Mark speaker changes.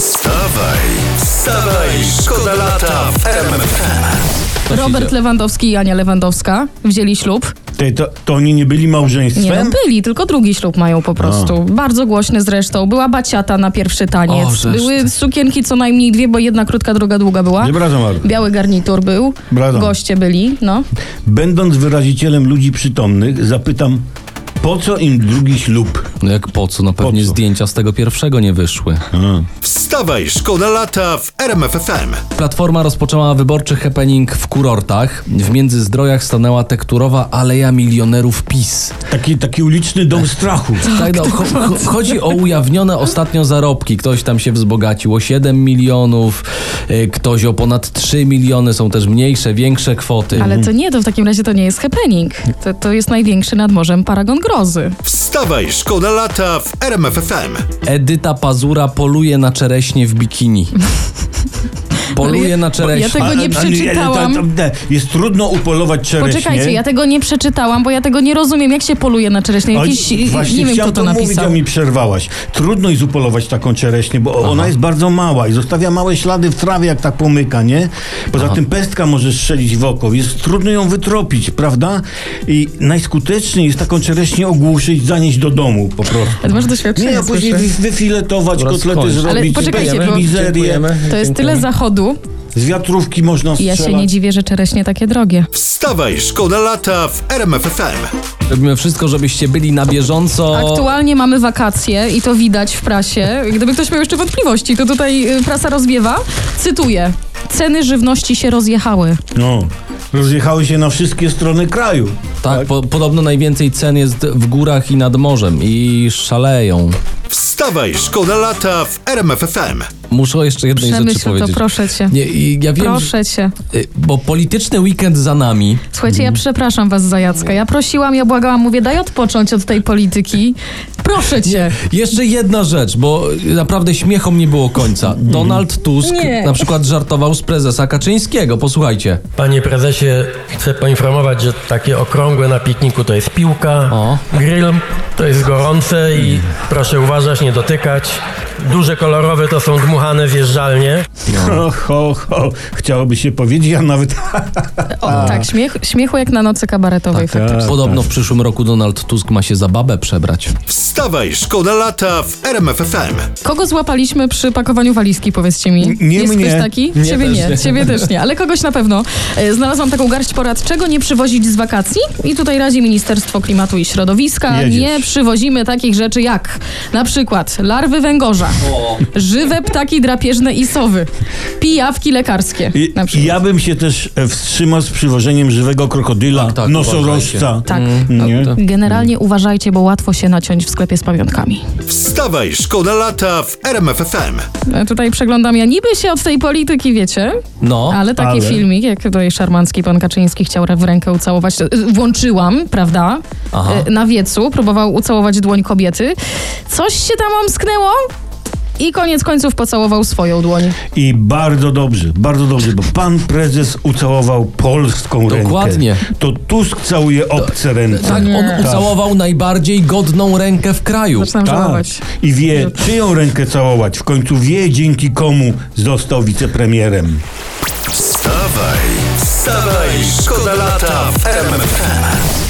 Speaker 1: Wstawaj, wstawaj, szkoda lata w RMFFM.
Speaker 2: Co się
Speaker 3: Robert
Speaker 2: dzieje?
Speaker 3: Lewandowski i Ania Lewandowska wzięli ślub.
Speaker 4: Ty, to, to oni nie byli małżeństwem?
Speaker 3: Nie no, byli, tylko drugi ślub mają po prostu. Bardzo głośny zresztą. Była baciata na pierwszy
Speaker 2: O,
Speaker 3: taniec.
Speaker 2: żeż
Speaker 3: Były
Speaker 2: ty.
Speaker 3: sukienki co najmniej dwie, bo jedna krótka, druga długa była.
Speaker 4: Nie bradzą, Marku.
Speaker 3: Biały garnitur był.
Speaker 4: Brawo.
Speaker 3: Goście byli, no.
Speaker 4: Mhm. Będąc wyrazicielem ludzi przytomnych, zapytam, po co im drugi ślub?
Speaker 2: No jak po co? No pewnie
Speaker 4: Po co?
Speaker 2: zdjęcia z tego pierwszego nie wyszły.
Speaker 1: Wstawaj, szkoda lata w RMFFM.
Speaker 2: Platforma rozpoczęła wyborczy happening w kurortach. W Międzyzdrojach stanęła tekturowa Aleja Milionerów PiS.
Speaker 4: Taki, taki uliczny dom strachu.
Speaker 2: Tak, no, cho- cho- chodzi o ujawnione ostatnio zarobki. Ktoś tam się wzbogacił o 7 milionów, y, ktoś o ponad 3 miliony. Są też mniejsze, większe kwoty.
Speaker 3: Ale to nie, to w takim razie to nie jest happening. To, to jest największy nad morzem paragon grozy.
Speaker 1: Wstawaj, szkoda lata w RMFFM.
Speaker 2: Edyta Pazura poluje na czereśnie w bikini.
Speaker 3: Ale
Speaker 2: Poluje
Speaker 3: No ja-
Speaker 2: na czereśnie.
Speaker 3: ja tego nie przeczytałam.
Speaker 4: to- to- Jest trudno upolować czereśnie.
Speaker 3: Poczekajcie, ja tego nie przeczytałam, bo ja tego nie rozumiem, jak się poluje na czereśnie.
Speaker 4: Oj,
Speaker 3: Jakiś,
Speaker 4: Właśnie
Speaker 3: nie wiem, kto
Speaker 4: chciałem
Speaker 3: to
Speaker 4: to mówić,
Speaker 3: napisał.
Speaker 4: a mi przerwałaś. Trudno jest upolować taką czereśnię, bo ona jest bardzo mała i zostawia małe ślady w trawie, jak tak pomyka, nie? Poza tym pestka może strzelić w oko, jest trudno ją wytropić, prawda? I najskuteczniej jest taką czereśnię ogłuszyć, zanieść do domu po prostu.
Speaker 3: Ale masz doświadczenie,
Speaker 4: Nie, a później
Speaker 3: słyszę.
Speaker 4: wy- wyfiletować,
Speaker 2: Dobra,
Speaker 4: kotlety
Speaker 2: skończ. Ale
Speaker 4: zrobić,
Speaker 3: poczekajcie, bo-
Speaker 4: mizerię.
Speaker 3: To jest tyle zachodu.
Speaker 4: Z wiatrówki można
Speaker 3: I ja
Speaker 4: strzelać.
Speaker 3: się nie dziwię, że czereśnie takie drogie.
Speaker 1: Wstawaj, szkoda lata w RMFFM.
Speaker 2: Robimy wszystko, żebyście byli na bieżąco.
Speaker 3: tak- Aktualnie mamy wakacje i to widać w prasie. Gdyby ktoś miał jeszcze wątpliwości, to tutaj y, prasa rozwiewa. Cytuję. Ceny żywności się rozjechały.
Speaker 4: No, rozjechały się na wszystkie strony kraju.
Speaker 2: Tak, Po, podobno najwięcej cen jest w górach i nad morzem i szaleją.
Speaker 1: Wstawaj, szkoda lata w RMFFM.
Speaker 2: Muszę jeszcze jednej rzeczy
Speaker 3: Przemyśl to,
Speaker 2: powiedzieć.
Speaker 3: proszę cię.
Speaker 2: nie, i ja wiem,
Speaker 3: Proszę cię.
Speaker 2: że- y, bo polityczny weekend za nami.
Speaker 3: Słuchajcie,
Speaker 2: Mm.
Speaker 3: ja przepraszam was za Jacka. Ja prosiłam, ja błagałam, mówię, daj odpocząć od tej polityki. Proszę cię.
Speaker 2: Jeszcze jedna rzecz, bo y, naprawdę śmiechom nie było końca. Donald Tusk
Speaker 3: Nie.
Speaker 2: na przykład żartował z prezesa Kaczyńskiego. Posłuchajcie.
Speaker 5: Panie prezesie, chcę poinformować, że takie okrągłe na pikniku to jest piłka,
Speaker 2: O.
Speaker 5: grill to jest gorące i proszę uważać, nie dotykać. Duże kolorowe to są dmuchane zjeżdżalnie.
Speaker 4: Ho, ho, ho. Chciałoby się powiedzieć, a nawet...
Speaker 3: O, tak, śmiech, śmiechu jak na nocy kabaretowej
Speaker 2: Tak,
Speaker 4: Tak,
Speaker 3: faktycznie.
Speaker 2: Podobno w przyszłym roku Donald Tusk ma się za babę przebrać.
Speaker 1: Wstawaj, szkoda lata w RMFFM.
Speaker 3: Kogo złapaliśmy przy pakowaniu walizki, powiedzcie mi?
Speaker 4: nie
Speaker 3: Jest
Speaker 4: mnie.
Speaker 3: ktoś taki?
Speaker 2: Mnie
Speaker 3: Ciebie
Speaker 2: też
Speaker 3: nie,
Speaker 2: nie.
Speaker 3: ciebie też nie, ale kogoś na pewno. E, Znalazłam taką garść porad, czego nie przywozić z wakacji i tutaj radzi Ministerstwo Klimatu i Środowiska.
Speaker 4: Jedziesz.
Speaker 3: Nie przywozimy takich rzeczy jak na przykład larwy węgorza, żywe ptaki drapieżne i sowy, pijawki lekarskie
Speaker 4: I,
Speaker 3: na przykład.
Speaker 4: ja bym się też e, wstrzymał z przywożeniem żywego krokodyla,
Speaker 2: Tak, tak,
Speaker 4: nosorożca.
Speaker 3: Tak.
Speaker 4: Nie?
Speaker 2: to-
Speaker 3: Generalnie uważajcie, bo łatwo się naciąć w sklepie z pamiątkami.
Speaker 1: Wstawaj, szkoda lata w RMFFM.
Speaker 3: E, Tutaj przeglądam, ja niby się od tej polityki, wiecie,
Speaker 2: No,
Speaker 3: Ale taki
Speaker 4: ale-
Speaker 3: filmik, jak tutaj szarmancki pan Kaczyński chciał w rękę ucałować, to, y, włączyłam, prawda?
Speaker 2: Aha.
Speaker 3: Y, Na wiecu próbował ucałować dłoń kobiety. Coś się tam omsknęło i koniec końców pocałował swoją dłoń.
Speaker 4: I bardzo dobrze, bardzo dobrze, bo pan prezes ucałował polską
Speaker 2: Dokładnie.
Speaker 4: rękę. To Tusk całuje obce ręce.
Speaker 2: tak, on ucałował najbardziej godną rękę w kraju.
Speaker 3: Zaczynam
Speaker 4: Tak.
Speaker 3: żałować.
Speaker 4: I wie, czyją rękę całować. W końcu wie, dzięki komu został wicepremierem.
Speaker 1: Wstawaj, wstawaj, szkoda lata w RMFFM.